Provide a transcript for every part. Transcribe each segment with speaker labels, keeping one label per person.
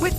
Speaker 1: With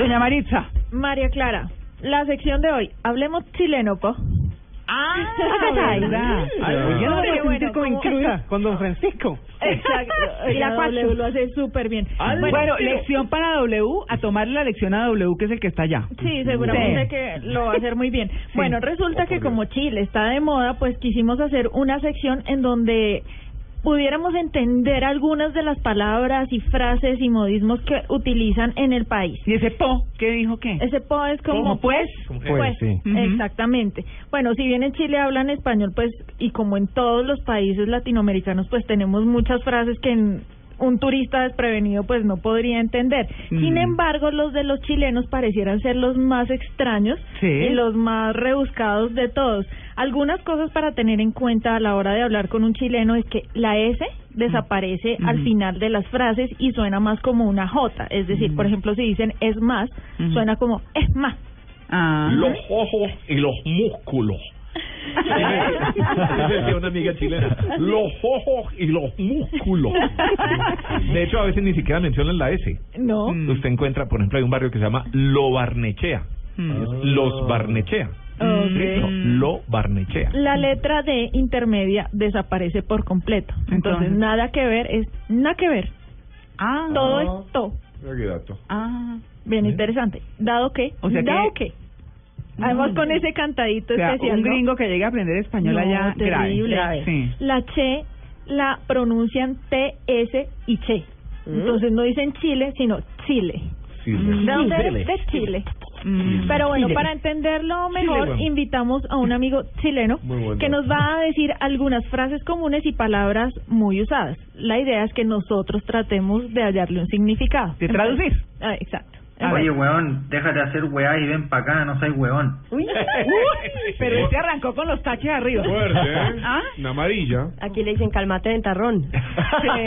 Speaker 2: Doña Maritza.
Speaker 3: María Clara, la sección de hoy, hablemos chileno, po.
Speaker 2: Ah,
Speaker 3: ay.
Speaker 2: ¿verdad? Ay,
Speaker 4: pues
Speaker 3: No.
Speaker 2: ya no me
Speaker 3: Pero
Speaker 2: sentí
Speaker 3: bueno,
Speaker 2: como en
Speaker 3: ¿cómo?
Speaker 2: casa con don Francisco.
Speaker 3: Exacto. Y la W lo hace súper bien.
Speaker 2: Bueno, lección para W, a tomar la lección a W, que es el que está allá.
Speaker 3: Sí, seguramente
Speaker 2: Sí.
Speaker 3: que lo va a hacer muy bien. Bueno, resulta que como Chile está de moda, pues quisimos hacer una sección en donde pudiéramos entender algunas de las palabras y frases y modismos que utilizan en el país.
Speaker 2: ¿Y ese po qué dijo qué?
Speaker 3: Ese po es como...
Speaker 2: ¿Cómo pues?
Speaker 5: Como
Speaker 3: Pues,
Speaker 5: pues, sí.
Speaker 2: Ujú.
Speaker 3: exactamente. Bueno, si bien en Chile hablan español, pues, y como en todos los países latinoamericanos, pues tenemos muchas frases que en- un turista desprevenido, pues, no podría entender. Sin
Speaker 2: Mm.
Speaker 3: embargo, los de los chilenos parecieran ser los más extraños
Speaker 2: Sí.
Speaker 3: y los más rebuscados de todos. Algunas cosas para tener en cuenta a la hora de hablar con un chileno es que la S desaparece al
Speaker 2: Ujú.
Speaker 3: final de las frases y suena más como una J. Es decir, por ejemplo, si dicen es más,
Speaker 2: Ujú.
Speaker 3: suena como es más.
Speaker 2: Ah.
Speaker 5: Los ojos y los músculos. Decía una amiga chilena. Los ojos y los músculos. De hecho, a veces ni siquiera mencionan la S.
Speaker 3: No.
Speaker 2: Mm.
Speaker 5: Usted encuentra, por ejemplo, hay un barrio que se llama Lo Barnechea.
Speaker 2: Mm.
Speaker 5: Es Los Barnechea.
Speaker 3: Ok.
Speaker 5: No, Lo Barnechea.
Speaker 3: La letra D intermedia desaparece por completo. Entonces,
Speaker 2: Entonces.
Speaker 3: nada que ver es nada que ver.
Speaker 2: Ah.
Speaker 3: Todo es to.
Speaker 2: Ah.
Speaker 3: Bien interesante. Dado que,
Speaker 2: O sea que-
Speaker 3: dado que. Además con ese cantadito
Speaker 2: O sea,
Speaker 3: especial.
Speaker 2: un
Speaker 3: ¿no?
Speaker 2: gringo que llega a aprender español
Speaker 3: No,
Speaker 2: allá
Speaker 3: terrible.
Speaker 2: grave. Sí.
Speaker 3: La che la pronuncian T S y che.
Speaker 2: ¿Mm?
Speaker 3: Entonces no dicen Chile, sino Chile. ¿De dónde eres? De Chile.
Speaker 2: Mm.
Speaker 3: Pero bueno, para entenderlo mejor,
Speaker 5: bueno.
Speaker 3: invitamos a un amigo chileno
Speaker 5: Muy bueno.
Speaker 3: que nos va a decir algunas frases comunes y palabras muy usadas. La idea es que nosotros tratemos de hallarle un significado.
Speaker 2: ¿De traducir?
Speaker 3: Ah, exacto.
Speaker 2: A ver.
Speaker 6: Oye, weón, déjate hacer weá y ven para acá, no soy weón.
Speaker 2: Uy, pero este arrancó con los taches arriba. Ah.
Speaker 5: ¿eh? Una amarilla.
Speaker 3: Aquí le dicen cálmate ventarrón.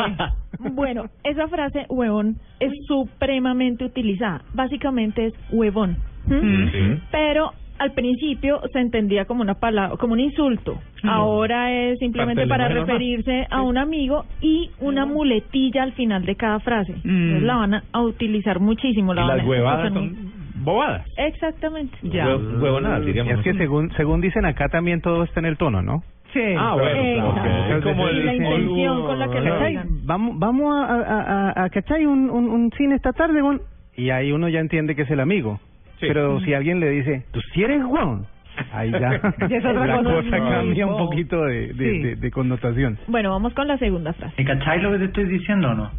Speaker 3: Bueno, esa frase huevón es supremamente utilizada. Básicamente es huevón. ¿Mm? Pero al principio se entendía como una palabra, como un insulto. Ahora es simplemente
Speaker 5: Parte del
Speaker 3: para
Speaker 5: lenguaje normal.
Speaker 3: referirse a un amigo y una muletilla al final de cada frase. Entonces la van a- a utilizar muchísimo.
Speaker 5: Y
Speaker 3: Mm. la van
Speaker 5: las
Speaker 3: a
Speaker 5: huevadas
Speaker 3: usar muy-
Speaker 5: son bobadas.
Speaker 3: Exactamente.
Speaker 2: Ya.
Speaker 5: Hue- Huevonadas, diríamos.
Speaker 4: Es que según según dicen acá también todo está en el tono, ¿no?
Speaker 2: Sí.
Speaker 5: Ah, bueno,
Speaker 3: Exacto.
Speaker 5: claro. Es como
Speaker 3: Y
Speaker 5: el
Speaker 3: la intención
Speaker 5: polvo-
Speaker 3: con la que lo
Speaker 4: ¿Cachai?
Speaker 3: digan.
Speaker 4: Vamos, vamos a, a, a- a- ¿cachai? Un, un, un cine esta tarde, weón. Y ahí uno ya entiende que es el amigo.
Speaker 5: Sí.
Speaker 2: Mm.
Speaker 4: Pero si alguien le dice, tú sí eres weón, ahí ya,
Speaker 2: Ya es otra
Speaker 4: la
Speaker 2: cosa.
Speaker 4: cosa cambia un poquito de, de,
Speaker 2: Sí.
Speaker 4: de- de connotación.
Speaker 3: Bueno, vamos con la segunda frase.
Speaker 6: ¿Me cacháis lo que te estoy diciendo o no?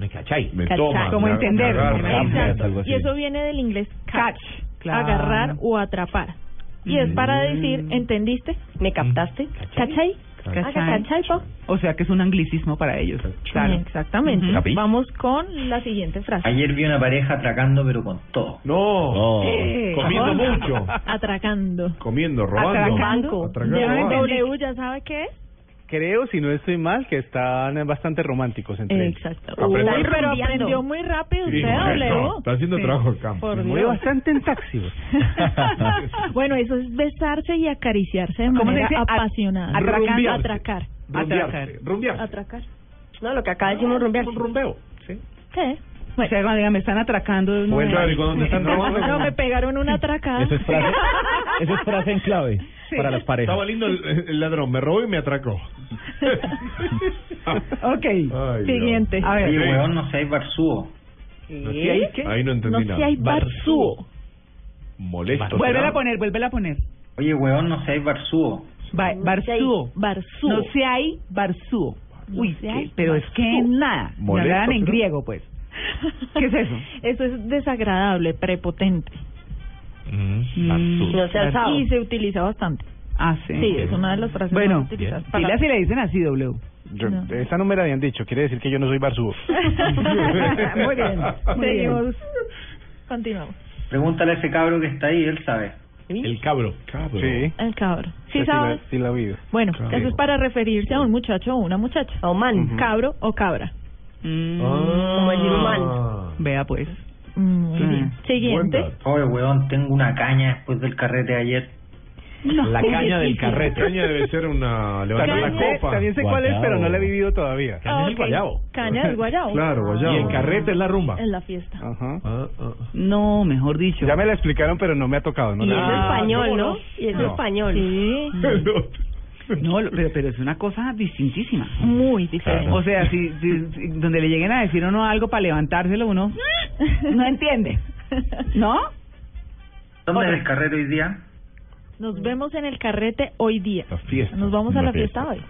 Speaker 5: Me cachai. Me
Speaker 3: Cachai.
Speaker 5: toma.
Speaker 2: Como
Speaker 5: me
Speaker 2: entender.
Speaker 5: agarra, me
Speaker 2: Exacto.
Speaker 5: agarra, algo así.
Speaker 3: Y eso viene del inglés catch,
Speaker 2: claro.
Speaker 3: agarrar o atrapar. Y es para decir, ¿entendiste? ¿Me captaste? ¿Cachai?
Speaker 2: Cachai.
Speaker 3: Haga ¿Cachai, po?
Speaker 2: O sea que es un anglicismo para ellos. Claro.
Speaker 3: Exactamente.
Speaker 2: Ujú.
Speaker 5: ¿Capi?
Speaker 3: Vamos con la siguiente frase.
Speaker 6: Ayer vi una pareja atracando, pero con todo.
Speaker 5: No.
Speaker 2: Eh.
Speaker 5: Comiendo mucho.
Speaker 3: Atracando.
Speaker 5: Comiendo,
Speaker 2: Atracando.
Speaker 3: Ya
Speaker 5: Oh.
Speaker 2: no
Speaker 3: ven,
Speaker 2: entendí.
Speaker 3: W, ¿ya sabe qué es?
Speaker 4: Creo, si no estoy mal, que están eh, bastante románticos entre ellos.
Speaker 3: Exacto. Uy,
Speaker 5: Aprendió
Speaker 3: pero
Speaker 5: rumbeando.
Speaker 3: aprendió muy rápido usted, W.
Speaker 5: haciendo trabajo de campo.
Speaker 3: Por
Speaker 4: Me mueve
Speaker 3: Dios.
Speaker 4: bastante en taxi. weón.
Speaker 3: bueno, eso es besarse y acariciarse de
Speaker 2: ¿Cómo se
Speaker 3: manera
Speaker 2: dice? At-
Speaker 3: apasionada.
Speaker 2: atracando.
Speaker 3: Rumbearse. Atracar.
Speaker 5: Rumbearse. Rumbearse.
Speaker 3: Atracar.
Speaker 7: No, lo que acá decimos rumbear.
Speaker 5: Un rumbeo. Sí.
Speaker 3: ¿Qué?
Speaker 2: O sea, cuando digan, me están atracando. no,
Speaker 5: Bueno,
Speaker 2: no.
Speaker 5: claro, y cuando te están robando.
Speaker 3: No, me pegaron una atracada.
Speaker 8: Eso es frase, eso es frase en clave para las parejas.
Speaker 5: Estaba lindo el, el ladrón, me robó y me atracó.
Speaker 2: Ok.
Speaker 5: Ay,
Speaker 3: Siguiente.
Speaker 2: A
Speaker 6: Oye,
Speaker 2: ver.
Speaker 6: weón, no sois barzudo.
Speaker 5: No. ¿Sí ahí qué? Ahí no
Speaker 3: No
Speaker 5: entendí
Speaker 3: sé
Speaker 5: nada.
Speaker 3: si hay
Speaker 5: Barzúo.
Speaker 3: barzúo.
Speaker 5: Molesto.
Speaker 2: Vuélvela
Speaker 5: ¿será?
Speaker 2: a poner, vuélvela a poner.
Speaker 6: Oye, weón, no sois barzudo.
Speaker 2: Ba- Barzúo.
Speaker 3: Barzúo.
Speaker 2: No se hay barzúo. Uy,
Speaker 3: No se
Speaker 2: qué-
Speaker 3: hay
Speaker 2: pero es que
Speaker 3: barzúo.
Speaker 2: nada. Me
Speaker 5: Molesto,
Speaker 2: hablaran en
Speaker 5: pero-
Speaker 2: griego, pues. ¿Qué es eso?
Speaker 3: Eso es desagradable, prepotente.
Speaker 5: Mm, absurdo.
Speaker 7: No se alzado.
Speaker 3: Y se utiliza bastante.
Speaker 2: Ah, sí.
Speaker 3: Sí, es una de las frases
Speaker 2: Bueno,
Speaker 3: más utilizadas. para-
Speaker 2: Pilas si le dicen así, W.
Speaker 9: Yo- Esa no me la habían dicho, quiere decir que yo no soy barzudo.
Speaker 2: Muy bien, muy bien.
Speaker 3: Seguimos. Continuamos.
Speaker 6: Pregúntale a ese cabro que está ahí, él sabe.
Speaker 5: El cabro.
Speaker 9: Sí.
Speaker 3: El cabro.
Speaker 9: Sí,
Speaker 3: ¿Sí
Speaker 9: la-
Speaker 3: sabes?
Speaker 9: sí la he oído.
Speaker 3: Bueno,
Speaker 9: Cabro.
Speaker 3: eso es para referirse a un muchacho o una muchacha. A un man. Cabro o cabra. Mm,
Speaker 6: Oh.
Speaker 7: Como decir humano.
Speaker 2: Mm,
Speaker 5: Ah,
Speaker 2: Vea pues.
Speaker 3: Muy bien. Siguiente.
Speaker 6: Oye, weón, tengo una caña después del carrete de ayer.
Speaker 8: La caña del carrete.
Speaker 5: Caña debe ser una... levantar
Speaker 9: También
Speaker 5: la
Speaker 9: sé,
Speaker 5: copa.
Speaker 9: también sé cuál es,
Speaker 8: Guayabo.
Speaker 9: pero no la he vivido todavía.
Speaker 3: Ah, ok. Caña del guayabo.
Speaker 5: Claro, guayabo.
Speaker 9: Y el carrete
Speaker 5: es la rumba.
Speaker 3: En la fiesta.
Speaker 9: Ajá.
Speaker 5: Ah,
Speaker 2: No, mejor dicho.
Speaker 9: Ya me la explicaron, pero no me ha tocado. No
Speaker 7: Y
Speaker 9: la-
Speaker 7: es español, ¿no? Y es
Speaker 9: No.
Speaker 7: español.
Speaker 3: Sí.
Speaker 2: No, lo- pero, pero es una cosa distintísima.
Speaker 3: Muy diferente.
Speaker 2: O sea, si, si- si- donde le lleguen a decir a uno algo para levantárselo, uno no entiende. ¿No?
Speaker 6: ¿Dónde es
Speaker 2: Otra.
Speaker 6: el carrete hoy día?
Speaker 3: Nos vemos en el carrete hoy día.
Speaker 5: La fiesta.
Speaker 3: Nos vamos a
Speaker 5: Una
Speaker 3: la fiesta hoy.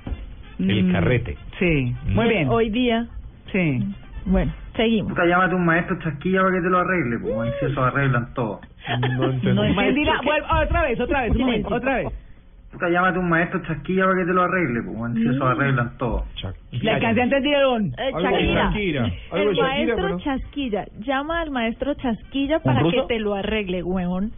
Speaker 3: Mm.
Speaker 5: El carrete.
Speaker 2: Sí, muy bien.
Speaker 3: Hoy día.
Speaker 2: Sí.
Speaker 3: Bueno, seguimos.
Speaker 6: Puta, llámate un maestro chasquilla para que te lo arregle, pues, weón, si eso arreglan todo.
Speaker 5: No
Speaker 2: No
Speaker 5: entendí.
Speaker 2: entendí nada. Pues Vuelvo- otra vez, otra vez, un momento, otra vez.
Speaker 6: Puta, llámate un maestro chasquilla para que te lo arregle, pues, weón, si eso arreglan todo.
Speaker 2: Le alcancé a entender el on.
Speaker 3: Eh,
Speaker 5: Algo de
Speaker 3: Shakira.
Speaker 5: Shakira. Algo de
Speaker 3: El
Speaker 5: Shakira,
Speaker 3: maestro
Speaker 5: pero no.
Speaker 3: Chasquilla. Llama al maestro Chasquilla para
Speaker 8: ruso?
Speaker 3: que te lo arregle, huevón.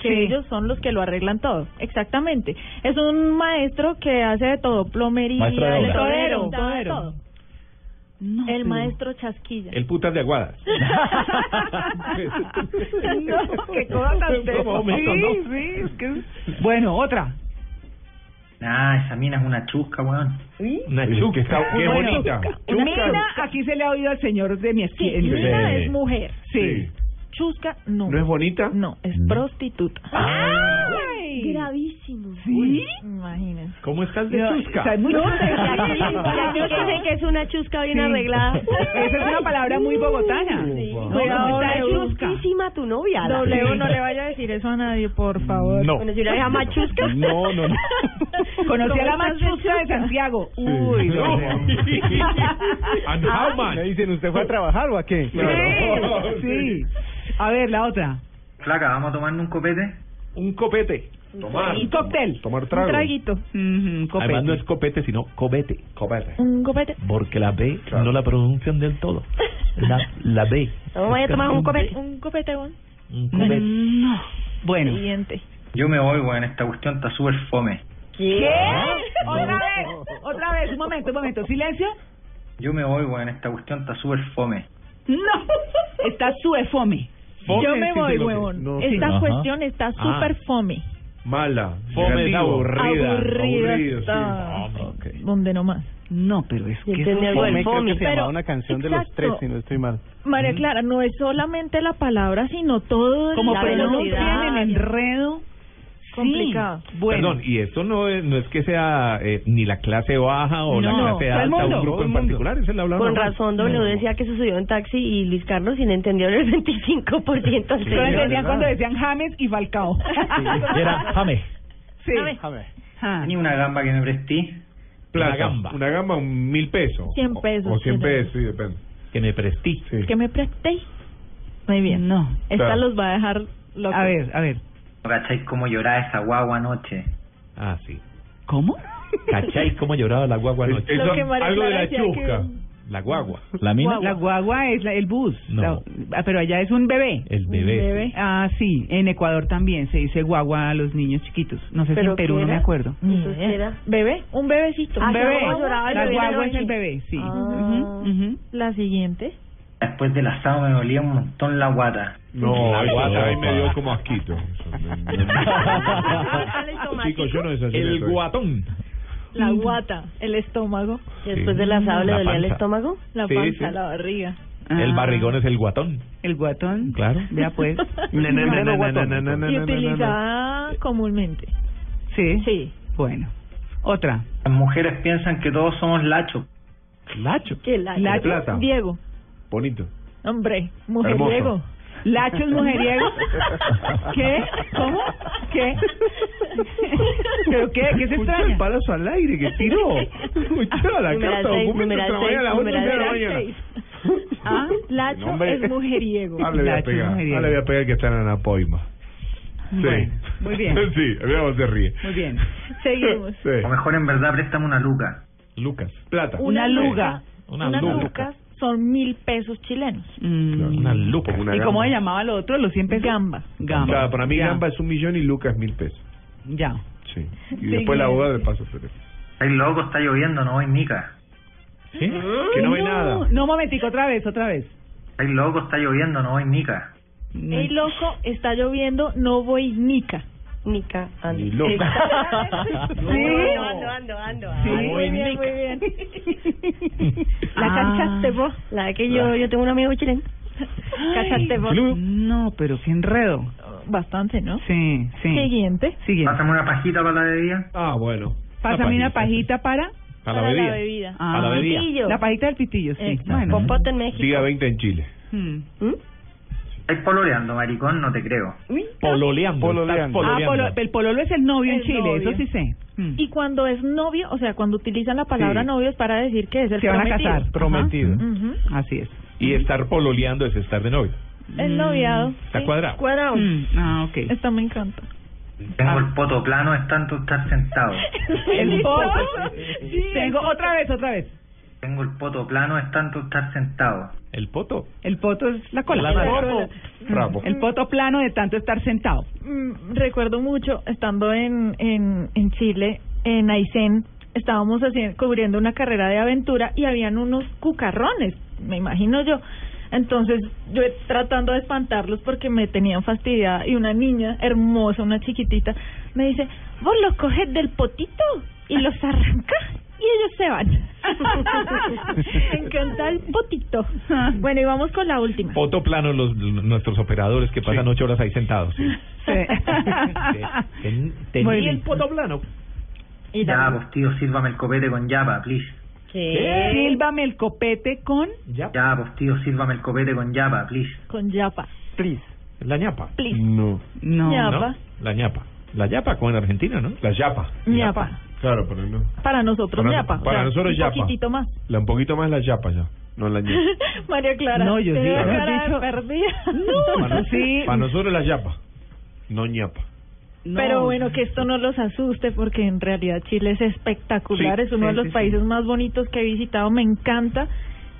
Speaker 3: Que
Speaker 2: Sí.
Speaker 3: ellos son los que lo arreglan todo. Exactamente. Es un maestro que hace de todo: plomería,
Speaker 8: Maestro de obra.
Speaker 3: electricidad,
Speaker 2: Todero.
Speaker 3: todo.
Speaker 2: No,
Speaker 3: El
Speaker 2: pero-
Speaker 3: maestro Chasquilla.
Speaker 5: El putas de Aguadas.
Speaker 2: no, qué cosa tan
Speaker 5: Como momento, ¿no?
Speaker 2: Sí, sí, es que- Bueno, otra.
Speaker 6: Nah, esa mina es una chusca, weón.
Speaker 5: Una chuca. Qué
Speaker 2: Bueno,
Speaker 5: bonita.
Speaker 2: Mina, aquí se le ha oído al señor de mi
Speaker 3: Sí,
Speaker 2: esquina.
Speaker 3: Mina
Speaker 8: Sí.
Speaker 3: es mujer.
Speaker 2: Sí.
Speaker 3: Chusca, no.
Speaker 5: ¿No es bonita?
Speaker 3: No, es prostituta.
Speaker 2: ¡Ay!
Speaker 7: Gravísimo.
Speaker 2: ¿Sí?
Speaker 3: Imagínense.
Speaker 5: ¿Cómo estás de
Speaker 2: No,
Speaker 5: chusca?
Speaker 2: o sea, es muy-
Speaker 7: Ya yo sé que es una chusca bien
Speaker 2: Sí.
Speaker 7: arreglada.
Speaker 2: Esa es una palabra muy bogotana. No,
Speaker 7: Pero
Speaker 2: no,
Speaker 7: está
Speaker 2: está chusca.
Speaker 7: chusquísima tu novia. la-
Speaker 3: W, no le vaya a decir eso a nadie, por favor.
Speaker 5: No.
Speaker 7: Bueno, si una vieja más chusca.
Speaker 5: No, no, no.
Speaker 2: Conocí a la
Speaker 3: ¿Cómo
Speaker 2: más
Speaker 3: estás de
Speaker 2: chusca de
Speaker 3: chusca?
Speaker 2: Santiago. Uy,
Speaker 5: No.
Speaker 2: no. Ah.
Speaker 5: And how
Speaker 9: Me
Speaker 5: much?
Speaker 9: dicen, ¿usted fue a trabajar o a qué?
Speaker 5: Claro.
Speaker 2: Sí. A ver, la otra.
Speaker 6: Flaca, ¿vamos a tomarnos un copete?
Speaker 5: Un copete. Tomar.
Speaker 2: Un cóctel.
Speaker 5: Tomar
Speaker 3: Un
Speaker 5: trago.
Speaker 3: traguito.
Speaker 2: Mm, copete.
Speaker 8: Además no es copete, sino cobete. Cobete.
Speaker 3: Un copete.
Speaker 8: Porque la B no la pronuncian del todo. La, la B.
Speaker 7: No, vaya a tomar un copete.
Speaker 3: Un copete, weón.
Speaker 8: Un copete.
Speaker 2: No. Bueno.
Speaker 3: Siguiente.
Speaker 6: Yo me voy, weón, esta cuestión está súper fome.
Speaker 2: ¿Qué? Otra vez, otra vez, un momento, un momento. Silencio.
Speaker 6: Yo me voy, weón, esta cuestión está súper fome.
Speaker 2: No. Está su efome.
Speaker 5: Fome,
Speaker 3: Yo me
Speaker 5: sí,
Speaker 3: voy,
Speaker 5: sí, lo que-
Speaker 3: huevón.
Speaker 5: no, sí.
Speaker 3: Esta
Speaker 8: Ajá.
Speaker 3: cuestión está
Speaker 8: Ah.
Speaker 3: súper fome.
Speaker 5: Mala.
Speaker 8: Fome es
Speaker 5: negativa.
Speaker 8: aburrida.
Speaker 3: Aburrida.
Speaker 5: aburrido, sí.
Speaker 3: está.
Speaker 8: Ok.
Speaker 3: Donde no más.
Speaker 2: No, pero es
Speaker 7: Yo
Speaker 2: que...
Speaker 7: entendí algo
Speaker 9: Fome, creo
Speaker 7: del
Speaker 9: que
Speaker 7: fomi.
Speaker 9: se llamaba
Speaker 3: Pero-
Speaker 9: una canción de los
Speaker 3: exacto.
Speaker 9: tres, si no estoy mal.
Speaker 3: María Clara, no es solamente la palabra, sino todo
Speaker 2: Como
Speaker 3: la
Speaker 2: pronuncian el
Speaker 3: velocidad.
Speaker 2: enredo.
Speaker 3: Complicado.
Speaker 2: Sí, Bueno.
Speaker 8: Perdón, y esto no es, no es que sea eh, ni la clase baja o
Speaker 2: No,
Speaker 8: la
Speaker 2: todo
Speaker 8: clase
Speaker 2: el
Speaker 8: alta
Speaker 2: mundo,
Speaker 8: un grupo
Speaker 2: todo el
Speaker 8: en
Speaker 2: mundo.
Speaker 8: particular, es el hablado
Speaker 7: Con
Speaker 8: normal.
Speaker 7: razón, W decía que se subió en taxi y Luis Carlos sin entendió el 25%
Speaker 2: Solo
Speaker 7: anterior.
Speaker 2: entendían cuando decían James y Falcao.
Speaker 8: Y Era jame.
Speaker 2: Sí.
Speaker 9: Déjame.
Speaker 2: Ah.
Speaker 6: Ni una gamba que me prestí.
Speaker 5: Plata.
Speaker 8: Una gamba.
Speaker 5: Una gamba, un mil pesos.
Speaker 3: Cien
Speaker 5: O-
Speaker 3: pesos,
Speaker 5: O cien
Speaker 3: cien
Speaker 5: pesos, sí, depende.
Speaker 8: Que me prestí.
Speaker 5: Sí.
Speaker 3: Que me prestéis. Muy bien.
Speaker 2: No.
Speaker 3: Esta
Speaker 5: Claro.
Speaker 3: los va a dejar locos.
Speaker 2: A ver, a ver.
Speaker 6: ¿No cacháis cómo lloraba esa guagua anoche?
Speaker 8: Ah, sí.
Speaker 2: ¿Cómo?
Speaker 8: ¿Cachai cómo lloraba la guagua
Speaker 5: Es-
Speaker 8: anoche?
Speaker 5: eso,
Speaker 3: que María
Speaker 5: algo de
Speaker 3: Clara
Speaker 5: la
Speaker 3: decía
Speaker 5: chusca.
Speaker 8: La guagua.
Speaker 2: La mina. La guagua es la- el bus.
Speaker 8: No.
Speaker 2: La- ah, pero allá es un bebé.
Speaker 8: El bebé.
Speaker 3: Un bebé.
Speaker 2: Ah, sí. En Ecuador también se dice guagua a los niños chiquitos. No sé si en
Speaker 7: ¿Pero
Speaker 2: Perú,
Speaker 7: qué
Speaker 2: no me
Speaker 7: era?
Speaker 2: acuerdo.
Speaker 3: Ni
Speaker 7: Entonces,
Speaker 3: idea.
Speaker 7: era-
Speaker 3: Bebé, un bebecito.
Speaker 7: Ah,
Speaker 2: Un
Speaker 7: que
Speaker 2: bebé.
Speaker 7: la guagua lloraba el
Speaker 2: La
Speaker 7: bebé
Speaker 2: guagua es
Speaker 7: anoche.
Speaker 2: el bebé, sí.
Speaker 7: Ah.
Speaker 2: Ujú, ujú.
Speaker 3: La siguiente.
Speaker 6: Después del asado me dolía un montón la guata.
Speaker 5: No,
Speaker 8: La
Speaker 5: eso
Speaker 8: guata.
Speaker 5: ahí me dio como asquito.
Speaker 7: Dale,
Speaker 3: Ah,
Speaker 7: tomatico.
Speaker 5: Chicos, yo no desayuno
Speaker 8: El
Speaker 5: eso.
Speaker 8: guatón.
Speaker 3: La guata, el estómago,
Speaker 7: Y Después del asado le
Speaker 8: La
Speaker 7: dolía el
Speaker 8: panza.
Speaker 7: estómago.
Speaker 3: la
Speaker 8: Sí,
Speaker 3: panza,
Speaker 8: sí.
Speaker 3: la barriga.
Speaker 8: El
Speaker 2: Ah.
Speaker 8: barrigón es el guatón.
Speaker 2: El guatón.
Speaker 8: Claro.
Speaker 2: Vea pues.
Speaker 9: Na, na, na,
Speaker 2: No,
Speaker 9: na,
Speaker 2: guatón.
Speaker 9: na, na, na, na, na, na,
Speaker 3: Y
Speaker 9: na.
Speaker 3: utilizada Ah, comúnmente.
Speaker 2: Sí.
Speaker 3: Sí.
Speaker 2: Bueno. Otra.
Speaker 6: Las mujeres piensan que todos somos lachos.
Speaker 8: Lacho.
Speaker 3: ¿Qué la,
Speaker 2: La
Speaker 5: plata.
Speaker 3: Diego.
Speaker 5: Bonito.
Speaker 3: Hombre,
Speaker 5: Hermoso.
Speaker 3: mujeriego.
Speaker 2: Lacho es mujeriego. ¿Qué? ¿Cómo? ¿Qué? ¿Pero qué? ¿Qué se
Speaker 5: Escucha
Speaker 2: extraña?
Speaker 5: el palazo al aire que tiró. Escucha la
Speaker 7: Numeral
Speaker 5: carta
Speaker 7: seis,
Speaker 5: documento
Speaker 7: numeral
Speaker 5: esta mañana a
Speaker 7: seis,
Speaker 5: las ocho y media de la
Speaker 7: numeral
Speaker 5: mañana.
Speaker 7: seis.
Speaker 3: Ah, Lacho
Speaker 5: Hombre.
Speaker 3: es mujeriego.
Speaker 5: Ah, le voy a
Speaker 2: Lacho es
Speaker 5: pegar. Ah,
Speaker 2: mujeriego.
Speaker 5: le voy a pegar que están en la poima.
Speaker 2: Bueno, muy bien.
Speaker 5: sí, veamos, se ríe.
Speaker 2: Muy bien.
Speaker 3: Seguimos.
Speaker 5: Sí.
Speaker 6: O mejor en verdad préstame una luga.
Speaker 5: Lucas. Plata.
Speaker 3: Una luga.
Speaker 5: Una
Speaker 3: Unas
Speaker 5: luga.
Speaker 3: lucas son mil pesos chilenos.
Speaker 5: Una luca.
Speaker 2: Mm. ¿Y cómo se llamaba lo otro? Los 100 pesos. Gamba.
Speaker 5: O
Speaker 2: Gamba.
Speaker 5: sea, para mí
Speaker 2: Ya,
Speaker 5: gamba es un millón y lucas mil pesos.
Speaker 2: Ya.
Speaker 5: Sí. Y después la boda de paso. pero-
Speaker 6: Ay, loco, está lloviendo, no voy mica.
Speaker 5: ¿Sí? Que no hay nada.
Speaker 2: No, momentico, otra vez, otra vez.
Speaker 6: Ay, loco, está lloviendo, no voy mica.
Speaker 3: Ey,
Speaker 2: Mm.
Speaker 3: loco, está lloviendo, no voy nica.
Speaker 7: Nica, ando.
Speaker 5: Y loca.
Speaker 7: Ando, ando, ando, ando.
Speaker 3: Sí,
Speaker 7: Ay,
Speaker 3: muy bien, muy bien. La cachaste vos.
Speaker 7: La que
Speaker 3: Ah.
Speaker 7: yo, yo tengo un amigo chileno.
Speaker 3: Cachaste vos.
Speaker 2: No, pero qué enredo.
Speaker 3: Bastante, ¿no?
Speaker 2: Sí, sí.
Speaker 3: Siguiente.
Speaker 2: Siguiente.
Speaker 6: Pásame una pajita para la bebida.
Speaker 5: Ah, bueno.
Speaker 2: Pásame una pajita para...
Speaker 5: A la
Speaker 3: Para
Speaker 5: bebida.
Speaker 3: la bebida.
Speaker 2: Ah,
Speaker 5: A la bebida.
Speaker 7: Pitillo.
Speaker 2: La pajita del pitillo, sí.
Speaker 3: Exacto.
Speaker 2: Bueno.
Speaker 7: Popote en México.
Speaker 5: Diga 20 en Chile.
Speaker 2: Hmm.
Speaker 7: ¿Mm?
Speaker 6: Estáis pololeando, maricón, no te creo.
Speaker 7: Uy,
Speaker 5: Pololeando.
Speaker 9: Pololeando.
Speaker 2: Ah, polo- el pololo es el novio en
Speaker 3: El
Speaker 2: Chile,
Speaker 3: novio.
Speaker 2: eso sí sé. Hmm.
Speaker 3: Y cuando es novio, o sea, cuando utilizan la palabra
Speaker 9: Sí.
Speaker 3: novio es para decir que es el
Speaker 2: Se van a
Speaker 3: prometido.
Speaker 2: casar.
Speaker 9: Prometido.
Speaker 2: Ah, Ajá.
Speaker 3: Ujú.
Speaker 2: Así es.
Speaker 5: Y estar pololeando es estar de novio.
Speaker 3: El noviado.
Speaker 5: Está
Speaker 3: sí.
Speaker 5: cuadrado.
Speaker 7: Cuadrado.
Speaker 2: Mm, Ah, ok.
Speaker 3: Esto me encanta.
Speaker 6: Tengo el poto plano, es tanto estar sentado.
Speaker 2: El poto. Tengo otra vez, otra vez.
Speaker 6: Tengo el poto plano, es tanto estar sentado.
Speaker 5: El poto.
Speaker 2: El poto es la cola.
Speaker 5: La nalga. Rabo.
Speaker 2: El poto plano de tanto estar sentado.
Speaker 3: Mm, recuerdo mucho estando en, en, en Chile, en Aysén, estábamos haciendo, cubriendo una carrera de aventura y habían unos cucarrones, me imagino yo. Entonces yo tratando de espantarlos porque me tenían fastidiada y una niña hermosa, una chiquitita, me dice, vos los coges del potito y los arrancas y ellos se van. me encanta el potito. Bueno, y vamos con la última.
Speaker 5: Poto plano los, nuestros operadores que pasan ocho horas ahí sentados. Sí.
Speaker 2: Sí.
Speaker 5: Ten-
Speaker 2: Muy
Speaker 5: Tenía
Speaker 2: bien.
Speaker 5: el poto plano.
Speaker 3: Y
Speaker 6: Ya,
Speaker 3: dale.
Speaker 6: pues tío, sírvame el copete con yapa, please.
Speaker 7: ¿Qué?
Speaker 2: Sílvame el copete con...
Speaker 5: Ya.
Speaker 6: Ya, pues tío, sírvame el copete con yapa, please.
Speaker 3: con yapa.
Speaker 2: Please.
Speaker 5: La ñapa.
Speaker 3: Please.
Speaker 5: No.
Speaker 2: No.
Speaker 3: Ya.
Speaker 5: ¿No?
Speaker 3: Ñapa.
Speaker 5: La ñapa. La ñapa, como en Argentina, ¿no? La yapa.
Speaker 3: Ñapa.
Speaker 5: Claro, pero no.
Speaker 3: Para nosotros,
Speaker 5: Para-
Speaker 3: ñapa.
Speaker 5: para nosotros,
Speaker 3: un
Speaker 5: yapa.
Speaker 3: poquitito más.
Speaker 5: La, un poquito más la yapa ya. No la ñapa.
Speaker 3: María Clara.
Speaker 2: No, yo
Speaker 3: te
Speaker 2: sí,
Speaker 3: veo
Speaker 2: yo he
Speaker 3: cara de
Speaker 2: dicho-
Speaker 3: perdida.
Speaker 2: No,
Speaker 5: Para,
Speaker 2: sí.
Speaker 5: para nosotros la yapa. No ñapa.
Speaker 2: No.
Speaker 3: Pero bueno, que esto no los asuste porque en realidad Chile es espectacular,
Speaker 2: Sí,
Speaker 3: es uno
Speaker 2: sí,
Speaker 3: de los
Speaker 2: sí, sí.
Speaker 3: países más bonitos que he visitado, me encanta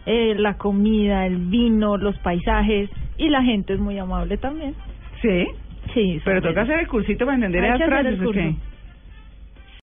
Speaker 3: eh, la comida, el vino, los paisajes y la gente es muy amable también.
Speaker 2: Sí,
Speaker 3: Sí,
Speaker 2: pero
Speaker 3: sí.
Speaker 2: toca hacer el cursito para entender
Speaker 3: Hay
Speaker 2: esas
Speaker 3: que hacer
Speaker 2: frases,
Speaker 3: el
Speaker 2: ¿o qué?
Speaker 3: curso.